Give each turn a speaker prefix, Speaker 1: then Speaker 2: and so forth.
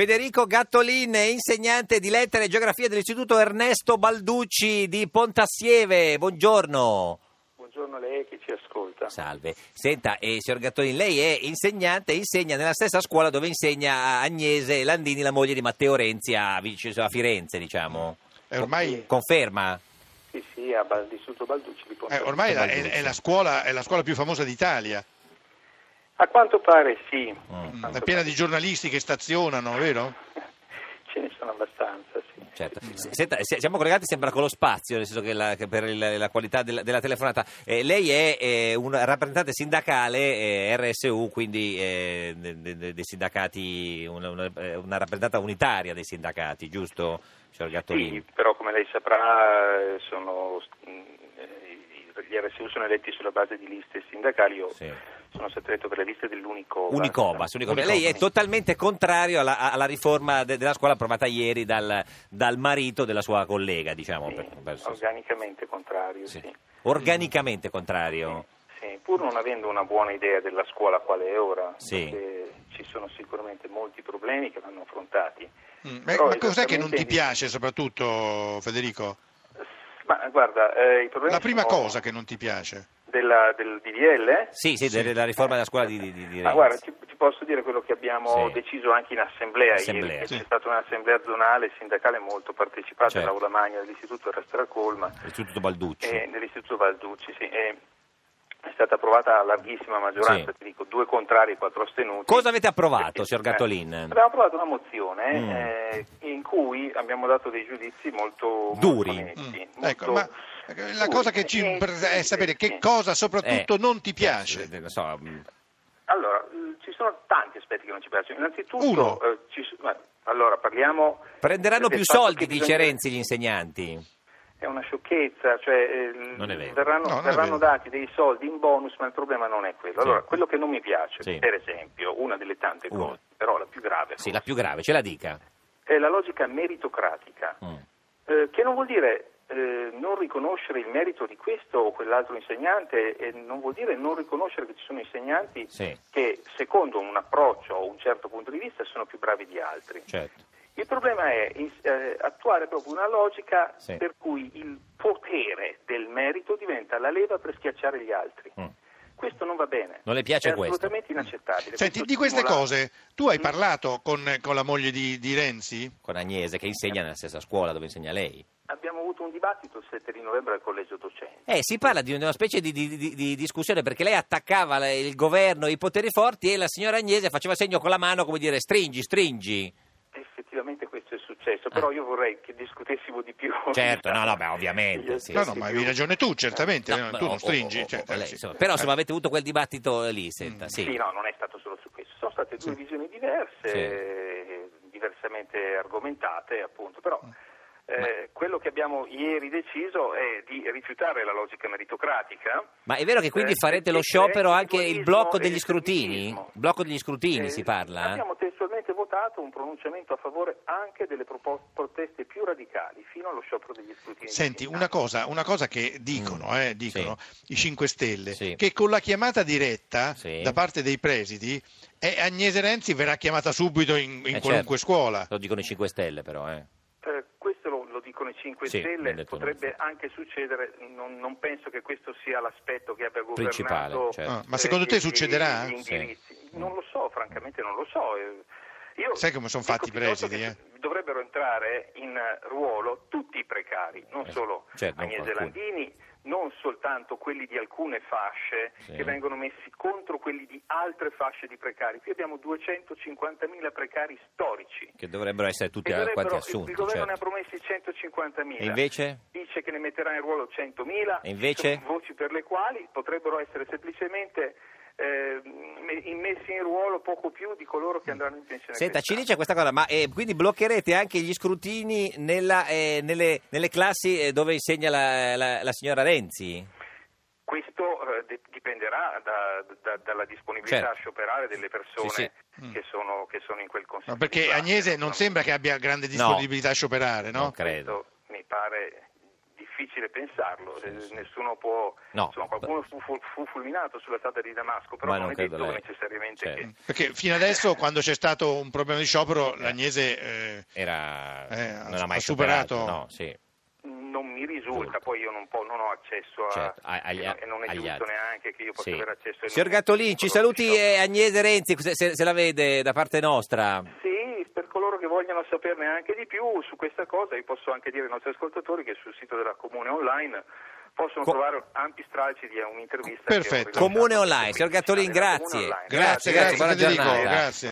Speaker 1: Federico Gattolin, insegnante di lettere e geografia dell'Istituto Ernesto Balducci di Pontassieve. Buongiorno.
Speaker 2: Buongiorno a lei che ci ascolta.
Speaker 1: Salve. Senta, eh, signor Gattolin, lei è insegnante e insegna nella stessa scuola dove insegna Agnese Landini, la moglie di Matteo Renzi a, Vic- a Firenze, diciamo.
Speaker 3: È ormai,
Speaker 1: Conferma?
Speaker 2: Sì, sì, a Bal- l'Istituto Balducci di
Speaker 3: è
Speaker 2: Ponte.
Speaker 3: Eh, ormai la- è, è la scuola, è la scuola più famosa d'Italia,
Speaker 2: A quanto pare sì,
Speaker 1: Mm.
Speaker 3: è piena di giornalisti che stazionano, vero?
Speaker 2: ce ne sono abbastanza, sì.
Speaker 1: Certo. S- senta, se- siamo collegati sembra con lo spazio, nel senso che, la- che per il- la qualità della, della telefonata. Eh, lei è eh, un rappresentante sindacale eh, RSU, quindi eh, de- de- de- dei sindacati, una, una- eh, una rappresentata unitaria dei sindacati, giusto, signor Gattolini?
Speaker 2: Sì, però come lei saprà eh, sono, mh, eh, gli RSU sono eletti sulla base di liste sindacali, io
Speaker 1: Sì.
Speaker 2: sono stato eletto per le liste dell'Unicova.
Speaker 1: Unicobas, Unicobas.
Speaker 3: Unicobas.
Speaker 1: Lei è totalmente contrario alla, alla riforma de- della scuola approvata ieri dal, dal marito della sua collega, diciamo.
Speaker 2: Sì,
Speaker 1: per- per-
Speaker 2: organicamente contrario,
Speaker 1: sì.
Speaker 2: sì.
Speaker 1: Organicamente contrario.
Speaker 2: Sì, pur non avendo una buona idea della scuola quale è ora,
Speaker 1: Sì.
Speaker 2: perché ci sono sicuramente molti problemi che vanno affrontati.
Speaker 3: Mm, Ma,
Speaker 2: Però
Speaker 1: Oh,
Speaker 3: ma cos'è che non ti
Speaker 2: esattamente-
Speaker 3: piace soprattutto, Federico?
Speaker 2: Ma guarda, eh, i problemi
Speaker 3: La prima
Speaker 2: sono
Speaker 3: cosa che non ti piace.
Speaker 2: della- del DDL?
Speaker 1: Sì, sì,
Speaker 3: Sì.
Speaker 1: della riforma della scuola di, di, di Renzi.
Speaker 2: Ma guarda, ti, ti posso dire quello che abbiamo
Speaker 1: Sì.
Speaker 2: deciso anche in assemblea,
Speaker 1: Assemblea.
Speaker 2: ieri, che
Speaker 3: Sì.
Speaker 2: c'è stata un'assemblea zonale sindacale molto partecipata
Speaker 1: Certo.
Speaker 2: all'aula magna dell'Istituto Rastracolma
Speaker 1: Istituto Balducci.
Speaker 2: e dell'Istituto Eh, Valducci, sì, e è stata approvata a larghissima maggioranza,
Speaker 1: Sì.
Speaker 2: ti dico, due contrari e quattro astenuti.
Speaker 1: Cosa avete approvato,
Speaker 2: Perché-
Speaker 1: signor Gattolin?
Speaker 2: eh, abbiamo approvato una mozione
Speaker 1: Mm.
Speaker 2: eh, in cui abbiamo dato dei giudizi molto
Speaker 1: Duri.
Speaker 2: molto
Speaker 3: Mm,
Speaker 2: netti,
Speaker 3: Ecco,
Speaker 2: molto
Speaker 3: ma la
Speaker 2: duri.
Speaker 3: cosa che ci
Speaker 2: Eh,
Speaker 3: interessa è
Speaker 2: sì,
Speaker 3: sapere
Speaker 2: sì,
Speaker 3: che
Speaker 2: sì.
Speaker 3: cosa soprattutto
Speaker 1: Eh,
Speaker 3: non ti
Speaker 1: eh,
Speaker 3: piace.
Speaker 1: non so, mm. mh,
Speaker 2: Allora, eh, ci sono tanti aspetti che non ci piacciono.
Speaker 3: Uno.
Speaker 2: Innanzitutto, eh, ci so- ma- allora parliamo.
Speaker 1: prenderanno
Speaker 2: del
Speaker 1: più
Speaker 2: fatto
Speaker 1: soldi,
Speaker 2: che
Speaker 1: dice
Speaker 2: bisogna-
Speaker 1: Renzi, gli insegnanti.
Speaker 2: È una sciocchezza, cioè eh, l-
Speaker 1: Non è vero.
Speaker 2: verranno,
Speaker 3: No, non è
Speaker 2: verranno
Speaker 3: vero.
Speaker 2: dati dei soldi in bonus, ma il problema non è quello.
Speaker 1: Sì.
Speaker 2: Allora, quello che non mi piace,
Speaker 1: Sì.
Speaker 2: per esempio, una delle tante
Speaker 1: Una.
Speaker 2: cose, però la più grave,
Speaker 1: Sì, la più grave, ce la dica.
Speaker 2: è la logica meritocratica,
Speaker 1: Mm.
Speaker 2: eh, che non vuol dire eh, non riconoscere il merito di questo o quell'altro insegnante e non vuol dire non riconoscere che ci sono insegnanti
Speaker 1: Sì,
Speaker 2: che secondo un approccio o un certo punto di vista sono più bravi di altri.
Speaker 1: certo.
Speaker 2: Il problema è in- eh, attuare proprio una logica
Speaker 1: Sì.
Speaker 2: per cui il potere del merito diventa la leva per schiacciare gli altri.
Speaker 1: Mm.
Speaker 2: Questo non va bene.
Speaker 1: Non le piace
Speaker 2: è
Speaker 1: questo? Mm.
Speaker 2: assolutamente inaccettabile.
Speaker 3: Senti,
Speaker 2: Questo
Speaker 3: di queste
Speaker 2: stimola-
Speaker 3: cose tu hai
Speaker 2: Mm.
Speaker 3: parlato con, con la moglie di, di Renzi?
Speaker 1: Con Agnese, che insegna nella stessa scuola dove insegna lei.
Speaker 2: Abbiamo avuto un dibattito il 7 di novembre al collegio docenti.
Speaker 1: Eh, si parla di una specie di, di- di- di discussione perché lei attaccava la- il governo, i poteri forti e la signora Agnese faceva segno con la mano come dire stringi, stringi.
Speaker 2: Effettivamente questo è successo, però io vorrei che discutessimo di più.
Speaker 1: Ah. Certo, no, no, beh, ovviamente, sì,
Speaker 3: No, no, ma hai ragione tu, certamente,
Speaker 1: No, oh,
Speaker 3: eh,
Speaker 1: ma-
Speaker 3: tu
Speaker 1: o-
Speaker 3: non
Speaker 1: o-
Speaker 3: stringi.
Speaker 1: o-
Speaker 3: cioè,
Speaker 1: o- lei,
Speaker 3: sì.
Speaker 1: insomma, però insomma
Speaker 3: Eh,
Speaker 1: avete avuto quel dibattito eh, lì, senta, sì.
Speaker 2: Sì, no, non è stato solo su questo, sono state due
Speaker 3: Sì.
Speaker 2: visioni diverse,
Speaker 1: Sì.
Speaker 2: eh, diversamente argomentate, appunto, però eh, quello che abbiamo ieri deciso è di rifiutare la logica meritocratica.
Speaker 1: Ma è vero che quindi
Speaker 2: eh,
Speaker 1: farete lo
Speaker 2: perché
Speaker 1: sciopero
Speaker 2: c'è
Speaker 1: anche il
Speaker 2: egoismo
Speaker 1: blocco
Speaker 2: e
Speaker 1: degli scrutini?
Speaker 2: femminismo.
Speaker 1: Blocco degli scrutini
Speaker 2: Eh,
Speaker 1: si parla?
Speaker 2: Abbiamo testualmente votato un pronunciamento a favore anche delle propo- proteste più radicali, fino allo sciopero degli scrutini.
Speaker 3: Senti, una cosa, una cosa che dicono, eh, dicono i 5 Stelle,
Speaker 1: Mm. Sì.
Speaker 3: che con la chiamata diretta
Speaker 1: Sì.
Speaker 3: da parte dei presidi eh, Agnese Renzi verrà chiamata subito in, in
Speaker 1: Eh, certo.
Speaker 3: qualunque scuola.
Speaker 1: Lo dicono i 5 Stelle però, eh.
Speaker 2: Eh, questo lo, lo dicono i 5
Speaker 1: Sì, mi ha
Speaker 2: Stelle,
Speaker 1: detto
Speaker 2: potrebbe anche succedere, non, non penso che questo sia l'aspetto che abbia governato eh,
Speaker 1: Principale, certo. Mm.
Speaker 3: Ah, ma secondo
Speaker 2: gli-
Speaker 3: te succederà?
Speaker 2: gli indirizzi. Non lo so, francamente non lo so. eh. Io
Speaker 3: Sai come son
Speaker 2: dico
Speaker 3: fatti i
Speaker 2: piuttosto
Speaker 3: presidi, eh?
Speaker 2: che Dovrebbero entrare in ruolo tutti i precari, non
Speaker 1: Eh,
Speaker 2: solo
Speaker 1: certo, non
Speaker 2: Agnese
Speaker 1: qualcuno.
Speaker 2: Landini, non soltanto quelli di alcune fasce
Speaker 1: Sì.
Speaker 2: che vengono messi contro quelli di altre fasce di precari. Qui abbiamo 250.000 precari storici.
Speaker 1: Che dovrebbero essere tutti
Speaker 2: E
Speaker 1: quanti
Speaker 2: dovrebbero-
Speaker 1: assunti.
Speaker 2: il
Speaker 1: certo.
Speaker 2: governo ne ha promessi 150.000.
Speaker 1: E invece?
Speaker 2: Dice che ne metterà in ruolo 100.000.
Speaker 1: E invece?
Speaker 2: Sono Voci per le quali potrebbero essere semplicemente eh, me- messi in ruolo poco più di coloro che andranno in pensione.
Speaker 1: Senta, ci
Speaker 2: quest'anno.
Speaker 1: dice questa cosa, ma eh, quindi bloccherete anche gli scrutini nella, eh, nelle, nelle classi eh, dove insegna la, la- la signora Renzi?
Speaker 2: Questo eh, di- dipenderà da- da- dalla disponibilità
Speaker 1: Certo.
Speaker 2: a scioperare delle persone
Speaker 1: Sì,
Speaker 2: Che, sono, che sono in quel consiglio.
Speaker 3: No, perché
Speaker 2: di classe,
Speaker 3: Agnese non
Speaker 2: insomma.
Speaker 3: sembra che abbia grande disponibilità a scioperare, Eh, no?
Speaker 1: Non credo.
Speaker 2: Questo mi pare difficile difficile pensarlo,
Speaker 1: Sì,
Speaker 2: eh,
Speaker 1: sì.
Speaker 2: nessuno può...
Speaker 1: No.
Speaker 2: insomma, qualcuno fu, fu- fu fulminato sulla strada di Damasco, però
Speaker 1: Ma
Speaker 2: non
Speaker 1: non
Speaker 2: è
Speaker 1: credo
Speaker 2: detto
Speaker 1: lei.
Speaker 2: necessariamente
Speaker 1: Certo.
Speaker 2: che...
Speaker 3: Perché fino adesso, quando c'è stato un problema di sciopero, l'Agnese... eh,
Speaker 1: Era,
Speaker 3: Eh, ha-
Speaker 1: non ha mai
Speaker 3: ha superato-
Speaker 1: No, sì.
Speaker 2: Non mi
Speaker 1: Giusto.
Speaker 2: risulta, poi io non, po- non ho accesso a,
Speaker 1: Certo, a- agli-
Speaker 2: e non- e non è
Speaker 1: agli
Speaker 2: giusto
Speaker 1: altri.
Speaker 2: neanche che io possa
Speaker 1: Sì.
Speaker 2: avere accesso ai
Speaker 1: Signor
Speaker 2: numeri.
Speaker 1: Gattolin, ci saluti eh, Agnese Renzi, se, se- se la vede da parte nostra.
Speaker 2: Sì, per coloro che vogliono saperne anche di più su questa cosa, vi posso anche dire ai nostri ascoltatori che sul sito della Comune Online possono
Speaker 1: Co-
Speaker 2: trovare ampi stralci di un'intervista. che ho
Speaker 3: Perfetto.
Speaker 2: rilasciato
Speaker 1: Comune Online.
Speaker 2: questa
Speaker 1: Signor Gattolin,
Speaker 2: settimana.
Speaker 1: grazie.
Speaker 2: Comune Online.
Speaker 3: Grazie,
Speaker 1: Grazie,
Speaker 3: grazie,
Speaker 1: buona
Speaker 3: Federico,
Speaker 1: giornata.
Speaker 3: grazie.